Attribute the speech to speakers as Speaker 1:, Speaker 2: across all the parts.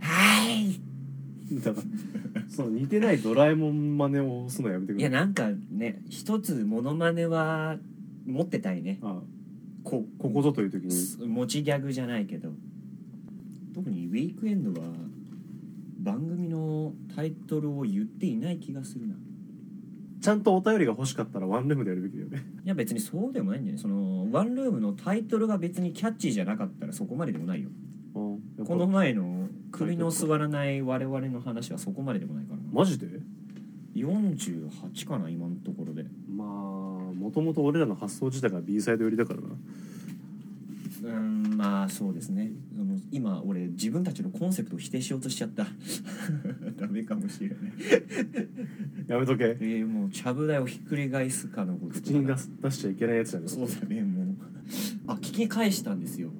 Speaker 1: はい
Speaker 2: だから その似てないドラえもん真似をするのやめてく
Speaker 1: い
Speaker 2: れ
Speaker 1: やなんかね一つモノマネは持ってたいね
Speaker 2: あ
Speaker 1: こ
Speaker 2: ここぞという時に
Speaker 1: す持ちギャグじゃないけど特にウィークエンドは番組のタイトルを言っていない気がするな
Speaker 2: ちゃんとお便りが欲しかったらワンルームでやるべきだよね
Speaker 1: いや別にそうでもないんじゃないそのワンルームのタイトルが別にキャッチーじゃなかったらそこまででもないよ
Speaker 2: こ
Speaker 1: この前の首の座らない我々の話はそこまででもないからな
Speaker 2: マジで
Speaker 1: 48かな今のところで
Speaker 2: まあもともと俺らの発想自体が B サイド寄りだからな
Speaker 1: うーんまあそうですねあの今俺自分たちのコンセプトを否定しようとしちゃった ダメかもしれない
Speaker 2: やめとけ
Speaker 1: えー、もうちゃぶ台をひっくり返すかのこと
Speaker 2: 口に出す出しちゃいけないやつじゃない
Speaker 1: そうだねもうあ聞き返したんですよ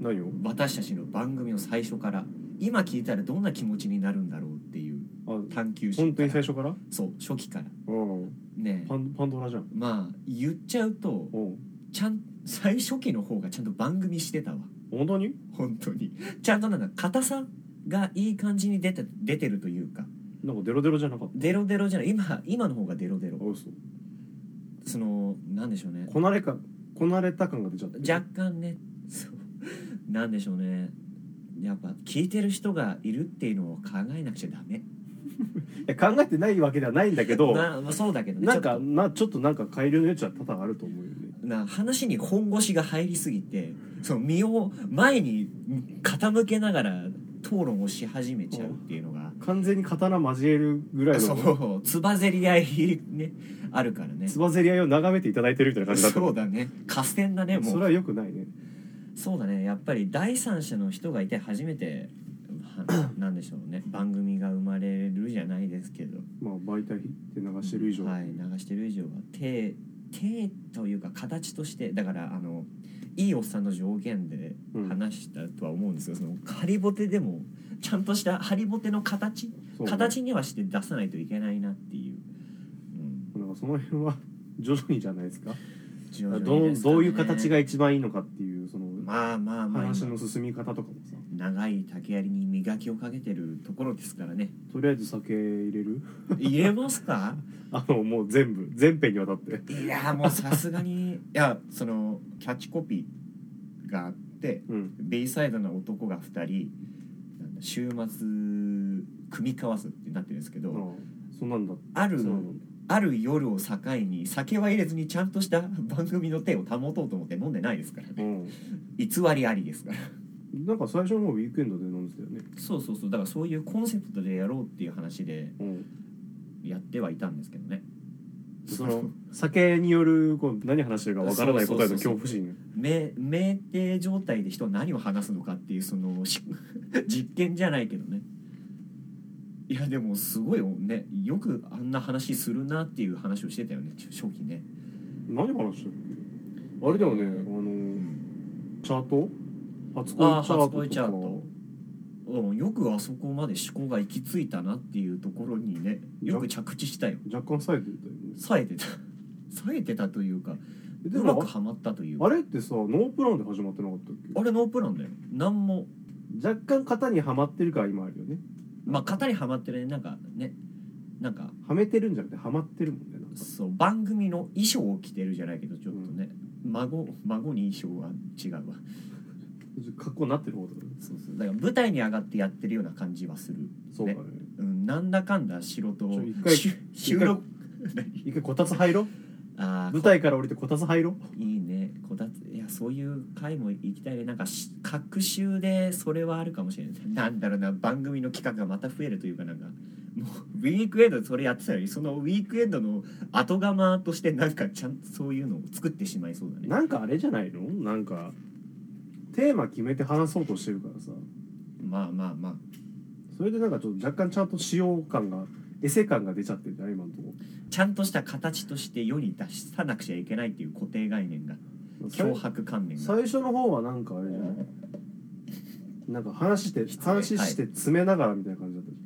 Speaker 2: 何を
Speaker 1: 私たちの番組の最初から今聞いたらどんな気持ちになるんだろうっていう
Speaker 2: あ
Speaker 1: 探求心
Speaker 2: 本当に最
Speaker 1: 初
Speaker 2: 初から
Speaker 1: そう初期から
Speaker 2: うん
Speaker 1: ね
Speaker 2: パンパンドラじゃん
Speaker 1: まあ言っちゃうと
Speaker 2: うん
Speaker 1: ちゃん最初期の方がちゃんと番組してたわ
Speaker 2: 本当に
Speaker 1: 本当にちゃんとなんか硬さがいい感じに出て出てるというか
Speaker 2: なんかデロデロじゃなかった
Speaker 1: デロデロじゃない今今の方がデロデロ
Speaker 2: あ嘘
Speaker 1: そのなんでしょうね
Speaker 2: こなれかこなれた感が出ちゃった
Speaker 1: 若干ねそうなんでしょうねやっぱ聞いてる人がいるっていうのを考えなくちゃダメ
Speaker 2: いや考えてないわけではないんだけど
Speaker 1: なまあ、そうだけどね
Speaker 2: なん
Speaker 1: ち
Speaker 2: か
Speaker 1: ょっ
Speaker 2: なちょっとなんか改良の余地は多々あると思うよね
Speaker 1: とな話に本腰が入りすぎてその身を前に傾けながら討論をし始めちゃうっていうのが
Speaker 2: 完全に刀交えるぐらい
Speaker 1: そ
Speaker 2: の
Speaker 1: うつばぜり合いねあるからね
Speaker 2: つばぜり合いを眺めていただいてるみたいな感じだった
Speaker 1: そうだね合戦だねも
Speaker 2: そうれはよくないね
Speaker 1: そうだねやっぱり第三者の人がいて初めてはなんでしょうね番組が生まれるじゃないですけど
Speaker 2: まあ媒体って流してる以上、
Speaker 1: はい、流してる以上は手手というか形としてだからあのいいおっさんの条件で
Speaker 2: うん
Speaker 1: 話したとは思うんですが、そのハリボテでもちゃんとしたハリボテの形、
Speaker 2: そう
Speaker 1: 形にはして出さないといけないなっていう。
Speaker 2: なんかその辺は徐々にじゃないですか
Speaker 1: うん徐々に
Speaker 2: ど
Speaker 1: で
Speaker 2: う
Speaker 1: すかね
Speaker 2: どういう形が一番いいのかっていうその
Speaker 1: まあまあまあ
Speaker 2: 話
Speaker 1: 今
Speaker 2: の進み方とかもさ
Speaker 1: 長い竹槍に磨きをかけてるところですから ね
Speaker 2: とりあえず酒入れる
Speaker 1: 入れますか
Speaker 2: あのもう全部全編にわたって
Speaker 1: いやもうさすがにいやそのキャッチコピーがあって
Speaker 2: うん
Speaker 1: ベイサイドの男が2人なんだ週末組み交わすってなってるんですけど、
Speaker 2: あそんなんだ
Speaker 1: ある
Speaker 2: そうなんだ
Speaker 1: ある夜を境に酒は入れずにちゃんとした番組の手を保とうと思って飲んでないですから
Speaker 2: う
Speaker 1: ね
Speaker 2: ん
Speaker 1: 偽りありですから
Speaker 2: なんか最初の方ウィークエンドで飲んでたよね
Speaker 1: そうそうそうだからそういうコンセプトでやろうっていう話で
Speaker 2: うん
Speaker 1: やってはいたんですけどね
Speaker 2: その酒によるこう何話してるかわからない答
Speaker 1: そ
Speaker 2: えの
Speaker 1: うそうそうそう
Speaker 2: 恐怖心
Speaker 1: め酩酊状態で人は何を話すのかっていうそのし 実験じゃないけどねいやでもすごいよねよくあんな話するなっていう話をしてたよね初期ね、
Speaker 2: 何話してるあれだよね
Speaker 1: う
Speaker 2: あの
Speaker 1: ん、
Speaker 2: チャート初
Speaker 1: ああ
Speaker 2: 恋チャ
Speaker 1: 初
Speaker 2: ート
Speaker 1: 恋チャー
Speaker 2: と
Speaker 1: ト
Speaker 2: か
Speaker 1: うん、よくあそこまで思考が行き着いたなっていうところにねよく着地したよ
Speaker 2: 若干冴えてたよね
Speaker 1: 冴えてた 冴えてたというか
Speaker 2: えで
Speaker 1: うまく
Speaker 2: も
Speaker 1: はまったというか
Speaker 2: あれってさノープランで始まってなかったっけ
Speaker 1: あれノープランだよ何も
Speaker 2: 若干型にはまってるから今あるよね
Speaker 1: まあ型にはまってるねなんかねなんか
Speaker 2: はめてるんじゃなくてはまってるもんねなんか
Speaker 1: そう番組の衣装を着てるじゃないけどちょっとね、孫孫に衣装は違うわ
Speaker 2: 格好になってる方だよね
Speaker 1: そうそうだから舞台に上がってやってるような感じはする、
Speaker 2: そうだね
Speaker 1: うん、なんだかんだ素人
Speaker 2: ちょ一回
Speaker 1: しゅ収録
Speaker 2: 一回こたつ入ろ
Speaker 1: あー
Speaker 2: 舞台から降りてこたつ入ろ
Speaker 1: いいねこたついやそういう回も行きたいねなんかし隔週でそれはあるかもしれないなんだろうな番組の企画がまた増えるというかなんかもうウィークエンドでそれやってたのにそのウィークエンドの後釜としてなんかちゃんとそういうのを作ってしまいそうだね
Speaker 2: なんかあれじゃないのなんかテーマ決めて話そうとしてるからさ
Speaker 1: まあまあまあ
Speaker 2: それでなんかちょっと若干ちゃんと使用感がエセ感が出ちゃってるじゃん今のとこ
Speaker 1: ちゃんとした形として世に出さなくちゃいけないっていう固定概念が脅迫観念が
Speaker 2: 最初の方はなんかあれじゃないなんか話して
Speaker 1: 失礼
Speaker 2: 話して詰めながらみたいな感じだったじ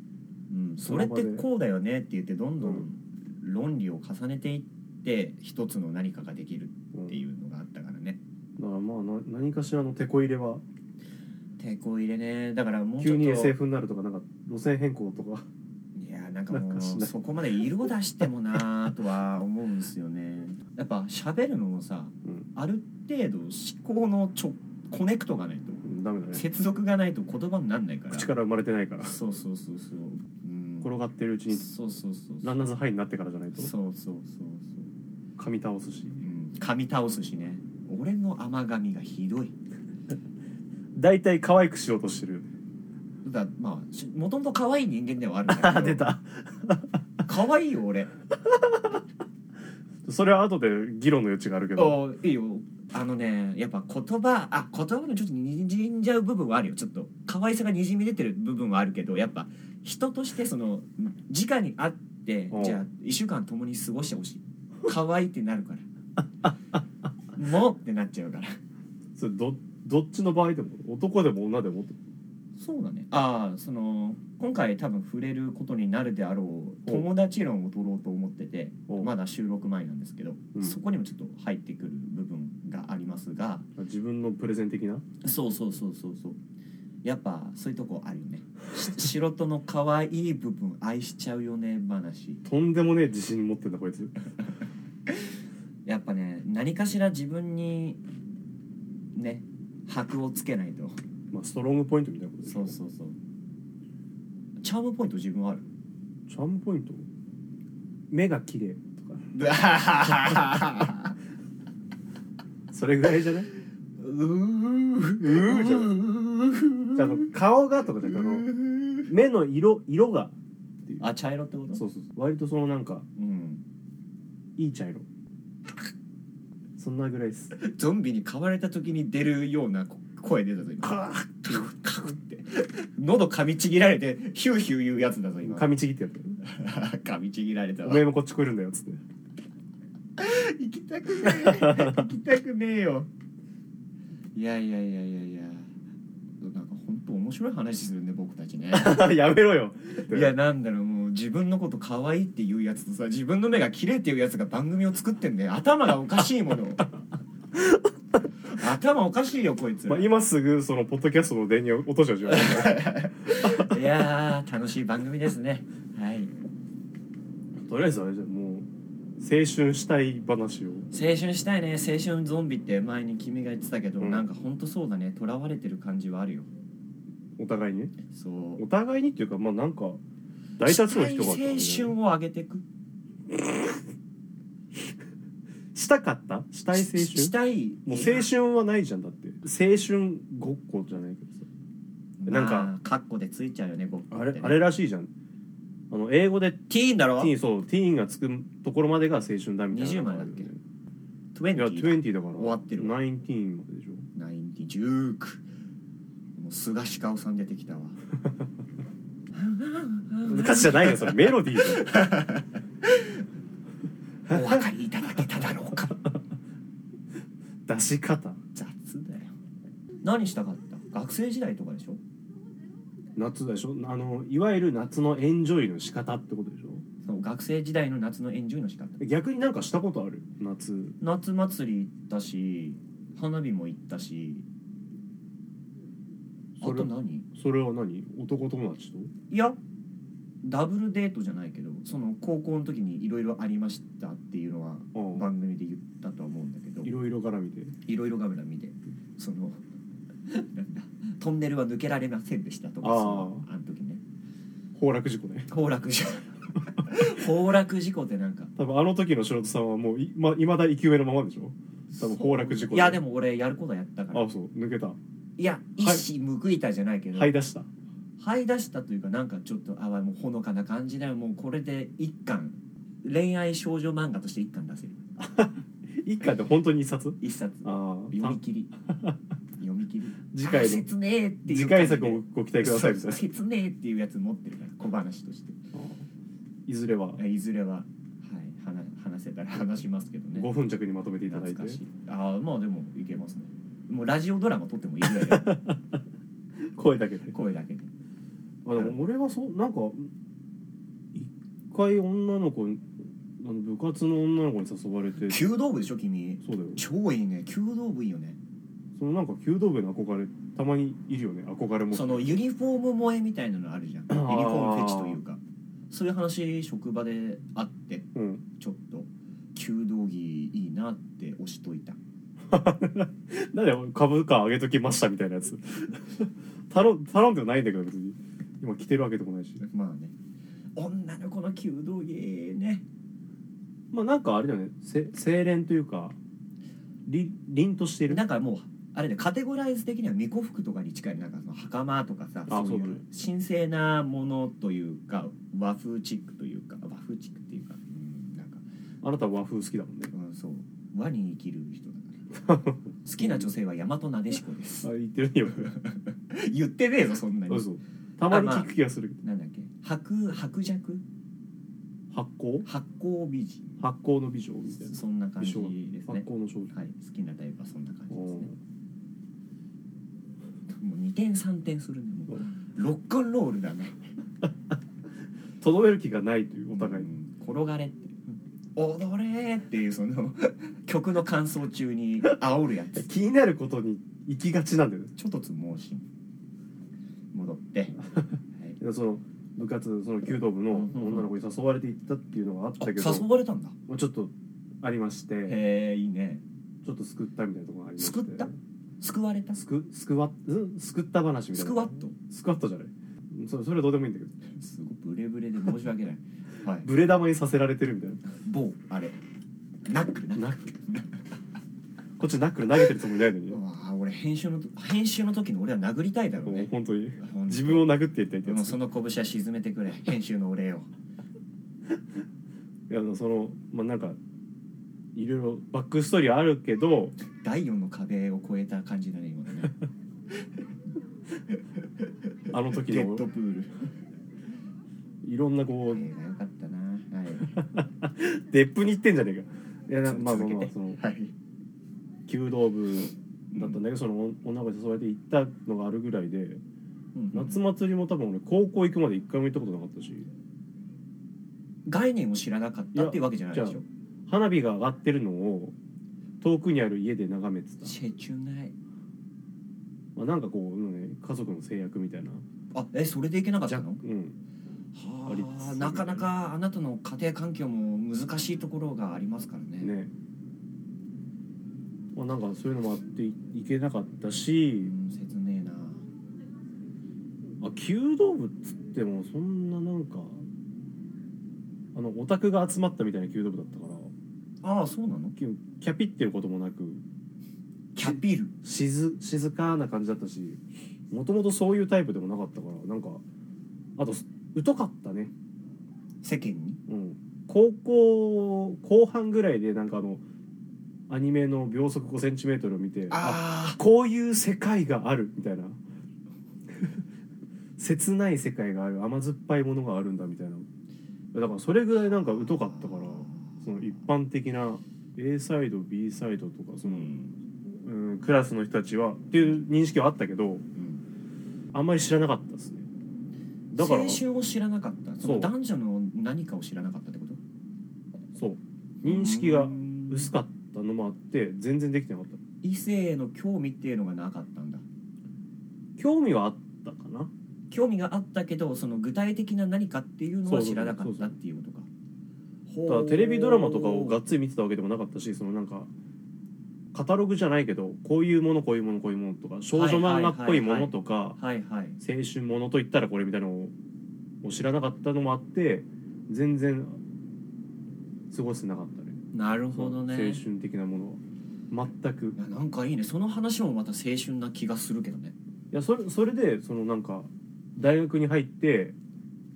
Speaker 1: うん、それってこうだよねって言ってどんど
Speaker 2: うん
Speaker 1: 論理を重ねていって一つの何かができる
Speaker 2: うん
Speaker 1: っていうのがあったからね
Speaker 2: だからまあな何かしらのテこ入れは
Speaker 1: 抵抗入れねだからもうちょ
Speaker 2: 急
Speaker 1: っと
Speaker 2: に SF になるとかなんか路線変更とか
Speaker 1: いやなんかも
Speaker 2: なんかし
Speaker 1: う
Speaker 2: ない
Speaker 1: そこまで色出してもなーとは思うんですよねやっぱ喋るのもさ
Speaker 2: うん
Speaker 1: ある程度思考のちょコネクトがないと
Speaker 2: うんダメだね
Speaker 1: 接続がないと言葉になんないから
Speaker 2: 口から生まれてないから
Speaker 1: そうそうそうそううん
Speaker 2: 転がってるうちに
Speaker 1: そうそうそう
Speaker 2: ランナーズハイになってからじゃないと
Speaker 1: そうそうそうそう
Speaker 2: 噛み倒すし
Speaker 1: うん噛み倒すしね俺の甘噛みがひどい
Speaker 2: 大体可愛くしようとしてる
Speaker 1: だからまあしもともと可愛い人間ではあるんだけど
Speaker 2: 出た
Speaker 1: 可愛いよ俺
Speaker 2: それは後で議論の余地があるけど
Speaker 1: おいいよあのねやっぱ言葉あ言葉のちょっとにじんじゃう部分はあるよちょっと可愛さがにじみ出てる部分はあるけどやっぱ人としてその直に会って
Speaker 2: お
Speaker 1: じゃあ1週間共に過ごしてほしい可愛いってなるから もうってなっちゃうから
Speaker 2: それどどっちの場合でも男でも女でも
Speaker 1: そうだねああその今回多分触れることになるであろう友達論を取ろうと思ってて
Speaker 2: お
Speaker 1: まだ収録前なんですけど、
Speaker 2: うん
Speaker 1: そこにもちょっと入ってくる部分がありますが
Speaker 2: 自分のプレゼン的な
Speaker 1: そうそうそうそうそうやっぱそういうとこあるよねし 素人の可愛い部分愛しちゃうよね話
Speaker 2: とんでもねえ自信持ってんだこいつ
Speaker 1: やっぱね何かしら自分にね箔をつけないと
Speaker 2: まあストロングポイントみたいなことでし
Speaker 1: そ
Speaker 2: ょ
Speaker 1: うそうそうチャームポイント自分はあ る
Speaker 2: チャームポイント目が綺麗とかそれぐらいじゃないう
Speaker 1: ー
Speaker 2: じゃなじゃああの顔がとかじゃなくてあの目の色色がっていう
Speaker 1: あ茶色ってこと
Speaker 2: そうそうそう割とそのなんか
Speaker 1: うん
Speaker 2: いい茶色そんなぐらいです
Speaker 1: ゾンビに飼われた時に出るようなこ声出たぞ今
Speaker 2: 噛
Speaker 1: カクカクって喉噛みちぎられてヒューヒュー言うやつだぞ今
Speaker 2: みちぎってやる
Speaker 1: 噛みちぎられた
Speaker 2: お
Speaker 1: わ
Speaker 2: めえもこっち来るんだよっつって
Speaker 1: 行きたくねえ行きたくねえよいやいやいやいやいやなんか本当面白い話するね僕たちね
Speaker 2: やめろよ
Speaker 1: いやなんだろうもう自分のこと可愛いっていうやつとさ自分の目が綺麗っていうやつが番組を作ってんだよ頭がおかしい もの頭おかしいよこいつら、
Speaker 2: まあ、今すぐそのポッドキャストの電源を落としちゃうじゃん
Speaker 1: いやー楽しい番組ですねはい
Speaker 2: とりあえずあれじゃんもう青春したい話を
Speaker 1: 青春したいね青春ゾンビって前に君が言ってたけど、
Speaker 2: うん
Speaker 1: なんかほんとそうだね囚われてる感じはあるよ
Speaker 2: お互いにね
Speaker 1: そう
Speaker 2: お互いにっていうかまあなんか大多数の人が
Speaker 1: したい青春を上げていく
Speaker 2: したかったしたい青春
Speaker 1: ししたい
Speaker 2: もう青春はないじゃんだって青春ごっこじゃないけど
Speaker 1: な
Speaker 2: さなんん
Speaker 1: か、
Speaker 2: か
Speaker 1: まあ、カッコでついちゃうよねごっこ
Speaker 2: あ
Speaker 1: って
Speaker 2: れ
Speaker 1: ね
Speaker 2: あれらしいじゃんあの英語でテ
Speaker 1: ティーンだろ
Speaker 2: ィーンそうティーンがつくところまでが青春だみたいな
Speaker 1: 20枚だっけ20
Speaker 2: いや20だから
Speaker 1: 終わってる
Speaker 2: ナインティーンまででしょ
Speaker 1: ナインティジュークもう菅氏顔さん出てきたわ
Speaker 2: 歌詞じゃないよそれメロディーじ
Speaker 1: お分かりいただけただろうか
Speaker 2: ゃん出し方
Speaker 1: 雑だよ何したかった学生時代とかでしょ
Speaker 2: 夏でしょあのいわゆる夏のエンジョイの仕方ってことでしょ
Speaker 1: そう学生時代の夏のエンジョイの仕方
Speaker 2: 逆になんかしたことある夏
Speaker 1: 夏祭り行ったし花火も行ったしあ
Speaker 2: それ
Speaker 1: と何
Speaker 2: それは何男友達と
Speaker 1: いやダブルデートじゃないけどその高校の時にいろいろありましたっていうのは
Speaker 2: ああ
Speaker 1: 番組で言ったとは思うんだけど
Speaker 2: いろいろ絡みで
Speaker 1: いろいろカメラ見てそのなんだトンネルは抜けられませんでしたとか
Speaker 2: ああ
Speaker 1: そのあの時ね
Speaker 2: 崩落事故ね
Speaker 1: 崩落事故 崩落事故ってなんか
Speaker 2: 多分あの時の素人さんはもういま未だ生き埋めのままでしょ多分崩落事故
Speaker 1: いやでも俺やることはやったから
Speaker 2: あそう抜けた
Speaker 1: いや一矢報いたじゃないけど、
Speaker 2: 這い出した
Speaker 1: 這い出したというかなんかちょっとあもうほのかな感じだよもうこれで一巻恋愛少女漫画として一巻出せる
Speaker 2: 一巻で本当に一冊
Speaker 1: 一冊
Speaker 2: あ
Speaker 1: 読
Speaker 2: あ
Speaker 1: み切り読み切り
Speaker 2: 次回の
Speaker 1: 説明っていう
Speaker 2: 次回作をご期待くださいみたいな
Speaker 1: 説明っていうやつ持ってるから小話として
Speaker 2: いずれはい
Speaker 1: ずれは、はい、話話せたら話しますけどね
Speaker 2: 5分着にまとめていただい
Speaker 1: 懐
Speaker 2: て
Speaker 1: かしいああまあでもいけますねもうラジオドラマ撮ってもいいぐらいだよ
Speaker 2: 声だけで
Speaker 1: 声だけで
Speaker 2: あでも俺はそうなんか一回女の子の部活の女の子に誘われて
Speaker 1: 弓道部でしょ君
Speaker 2: そうだよ
Speaker 1: 超いいね弓道部いいよね
Speaker 2: そのなんか弓道部の憧れたまにいるよね憧れも
Speaker 1: そのユニフォーム萌えみたいなのあるじゃんユニフォームフェチというかそういう話職場であって
Speaker 2: うん
Speaker 1: ちょっと弓道着いいなって押しといた
Speaker 2: なんで株価上げときましたみたいなやつ 頼ん頼んでもないんだけど別に今着てるわけでもないし
Speaker 1: まあね女の子の弓道着ね
Speaker 2: まあなんかあれだよねせ精錬というかり凛としてる
Speaker 1: なんかもうあれねカテゴライズ的には巫女服とかに近いなんかその袴とかさ
Speaker 2: あ
Speaker 1: そうい
Speaker 2: そうだ
Speaker 1: う
Speaker 2: ね
Speaker 1: 神聖なものというか和風チックというか和風チックっていうかうんなんか、
Speaker 2: あなた和風好きだもんね
Speaker 1: うん、そう和に生きる人 だから好きな女性は大和なでしこです
Speaker 2: あ言ってるよ
Speaker 1: 言ってねえぞそんなに
Speaker 2: 嘘たまに聞く気がするけど
Speaker 1: なんだっけ白白弱
Speaker 2: 発酵
Speaker 1: 発光美人
Speaker 2: 発酵の美女みたいな
Speaker 1: そんな感じ
Speaker 2: 美少
Speaker 1: です
Speaker 2: 発
Speaker 1: ね
Speaker 2: 酵の少女
Speaker 1: はい好きなタイプはそんな感じです
Speaker 2: おー
Speaker 1: ねもう2点3点するねもうロックンロールだね
Speaker 2: とどめる気がないというお互いに
Speaker 1: うん転がれって踊れっていうそ の曲の感想中に煽るやつ
Speaker 2: 気になることに行きがちなんだよね
Speaker 1: ちょっとつもうし戻って、はい、
Speaker 2: その部活その弓道部の女の子に誘われて行ったっていうのがあっ
Speaker 1: あ
Speaker 2: たけど、
Speaker 1: 誘われたんだ
Speaker 2: まあちょっとありまして
Speaker 1: へえいいね
Speaker 2: ちょっと救ったみたいなところがありまして
Speaker 1: 救った救われたス
Speaker 2: すく救わうん救った話みたいな
Speaker 1: クワット
Speaker 2: スクワットじゃないそれそれはどうでもいいんだけど
Speaker 1: すごいブレブレで申し訳ない はい
Speaker 2: ブレ玉にさせられてるみたいな
Speaker 1: 某あれナックルナックル
Speaker 2: ナックルこっちナックル投げてるつもりないのに
Speaker 1: うわあ俺編集のと編集の時の俺は殴りたいだろう
Speaker 2: もう
Speaker 1: ね
Speaker 2: 本当に
Speaker 1: ほんと
Speaker 2: 自分を殴っていったりって
Speaker 1: で
Speaker 2: や
Speaker 1: も
Speaker 2: つ
Speaker 1: その拳は沈めてくれ編集のお礼を
Speaker 2: いやあのそのまあなんかいろいろバックストーリーあるけど
Speaker 1: 第4の壁を越えた感じだね今の ね
Speaker 2: あの時
Speaker 1: デッ
Speaker 2: の
Speaker 1: ドプール
Speaker 2: いろんなこう
Speaker 1: 映画よかったなはい
Speaker 2: デップに行ってんじゃねえかいやなまあまあ
Speaker 1: 続け
Speaker 2: まあ
Speaker 1: て
Speaker 2: その
Speaker 1: はい
Speaker 2: 弓道部だったんだけどその女の子に誘われて行ったのがあるぐらいで
Speaker 1: うん
Speaker 2: 夏祭りも多分俺高校行くまで一回も行ったことなかったし
Speaker 1: 概念を知らなかったっていうわけじゃないで
Speaker 2: い
Speaker 1: し
Speaker 2: や
Speaker 1: ょ
Speaker 2: 花火が上がってるのを遠くにある家で眺めてた、
Speaker 1: チェチュない
Speaker 2: まあ、なんかこう、うんね、家族の制約みたいな
Speaker 1: あえそれでいけなかったの
Speaker 2: うんありつ
Speaker 1: はあ
Speaker 2: つ
Speaker 1: なかなかあなたの家庭環境も難しいところがありますからね
Speaker 2: ねまあなんかそういうのもあっていいけなかった
Speaker 1: う
Speaker 2: し
Speaker 1: ん切ねえな
Speaker 2: あ弓道部っつってもそんななんかあのオタクが集まったみたいな弓道部だったから
Speaker 1: ああそうなの
Speaker 2: キュキャピってることもなく
Speaker 1: キャピール
Speaker 2: 静静かな感じだったしもともとそういうタイプでもなかったからなんかあと疎かったね、
Speaker 1: 世間に
Speaker 2: うん、高校後半ぐらいでなんかあのアニメの秒速 5cm を見て
Speaker 1: ああ
Speaker 2: こういう世界があるみたいな 切ない世界がある甘酸っぱいものがあるんだみたいなだからそれぐらいなんか疎かったからその一般的な A サイド B サイドとかその、うん、クラスの人たちはっていう認識はあったけどあんまり知らなかったですねだから
Speaker 1: 青春を知らなかったそ
Speaker 2: そ
Speaker 1: の
Speaker 2: う
Speaker 1: 男女の何かを知らなかったってこと
Speaker 2: そう認識が薄かったのもあって全然できてなかった
Speaker 1: 異性への興味っていうのがなかったんだ
Speaker 2: 興味はあったかな
Speaker 1: 興味があったけどその具体的な何かっていうのは知らなかったっていうことか
Speaker 2: だからテレビドラマとかをがっつり見てたわけでもなかったしそのなんかカタログじゃないけどこういうものこういうものこういうものとか少女漫画っぽいものとか、
Speaker 1: はいはい
Speaker 2: 青春ものといったらこれみたいなのをを知らなかったのもあって全然過ごせなかったね
Speaker 1: なるほどね
Speaker 2: 青春的なものは全くい
Speaker 1: いやなんかいいねその話もまた青春な気がするけどね
Speaker 2: やそれそれでそのなんか大学に入って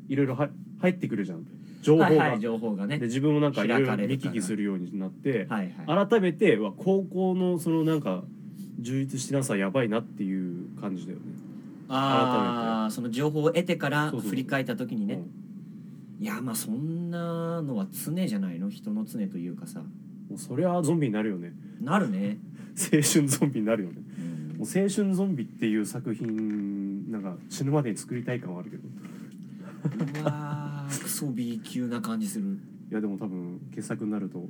Speaker 2: いろいろは入ってくるじゃん情報が、
Speaker 1: はいはい情報がね
Speaker 2: で自分もなんかいろい
Speaker 1: 開
Speaker 2: ろ
Speaker 1: かれ
Speaker 2: 見
Speaker 1: るか
Speaker 2: 聞
Speaker 1: ら
Speaker 2: きするようになって、
Speaker 1: はいはい
Speaker 2: 改めては高校のそのなんか充実しなさやばいなっていう感じだよね
Speaker 1: ああその情報を得てから
Speaker 2: そうそう
Speaker 1: 振り返った時にね
Speaker 2: うん
Speaker 1: いやまあそんなのは常じゃないの人の常というかさ
Speaker 2: もうそれはゾンビになるよね
Speaker 1: なるね、
Speaker 2: 青春ゾンビになるよね
Speaker 1: うん
Speaker 2: もう青春ゾンビっていう作品なんか死ぬまでに作りたい感はあるけど
Speaker 1: うわークソ B 級な感じする
Speaker 2: いやでも多分傑作になると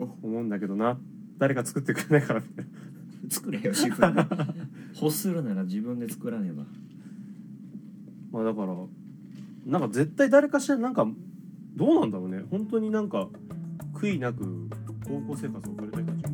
Speaker 2: 思うんだけどな誰か作ってくれないから みたいな
Speaker 1: 作れよ自分で 欲するなら自分で作らねば
Speaker 2: まあだからなんか絶対誰かしらなんかどうなんだろうね本当になんか悔いなく高校生活を送りたい人たちが